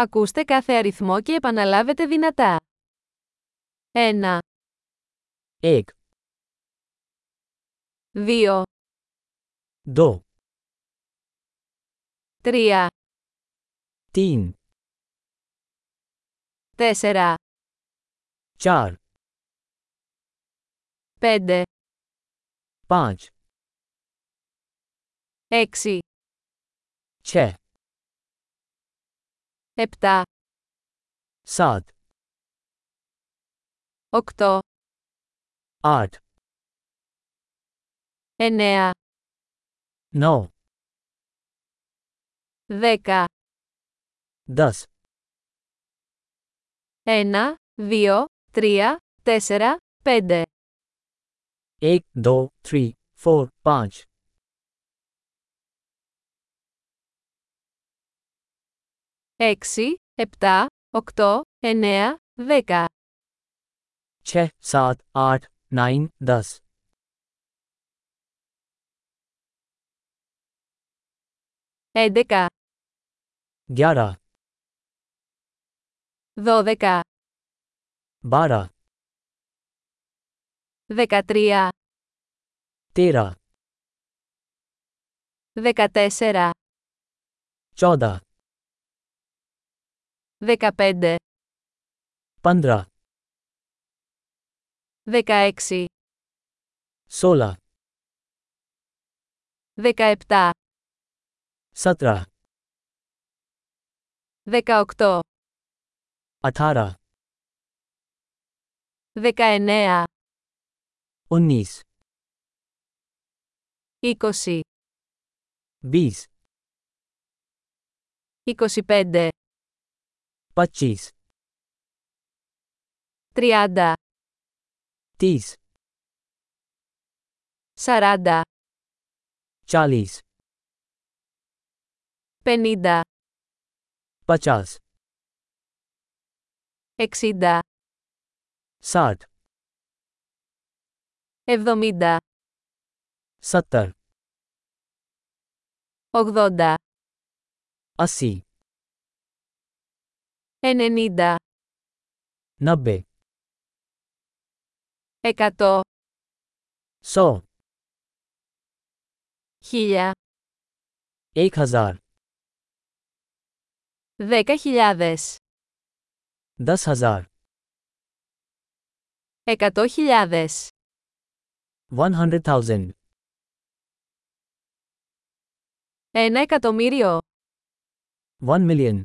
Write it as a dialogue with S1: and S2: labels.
S1: Ακούστε κάθε αριθμό και επαναλάβετε δυνατά. 1,
S2: एक
S1: 2,
S2: दो
S1: 3,
S2: तीन
S1: 4,
S2: चार
S1: 5,
S2: पाँच
S1: 6,
S2: छः
S1: 7,
S2: सात
S1: 8,
S2: आठ
S1: 9,
S2: नौ
S1: 10,
S2: दस
S1: 1, 2, 3, 4, 5,
S2: एक दो थ्री फोर पाँच
S1: 6, 7, 8, 9, 10,
S2: छः सात आठ नाइन दस
S1: 11,
S2: ग्यारह
S1: 12,
S2: बारह
S1: 13,
S2: तेरह
S1: 14,
S2: चौदह
S1: 15,
S2: पंद्रह
S1: 16,
S2: सोलह
S1: 17,
S2: सत्रह
S1: 18,
S2: अठारह
S1: 19,
S2: उन्नीस
S1: 20,
S2: बीस
S1: 25,
S2: पच्चीस
S1: 30,
S2: तीस
S1: 40,
S2: चालीस
S1: 50,
S2: पचास
S1: 60,
S2: साठ
S1: 70,
S2: सत्तर
S1: 80,
S2: अस्सी
S1: 90,
S2: नब्बे
S1: 100,
S2: सौ
S1: 1000,
S2: एक हजार
S1: 10.000,
S2: दस हजार
S1: 100.000,
S2: one hundred thousand
S1: 1 εκατομμύριο.
S2: One million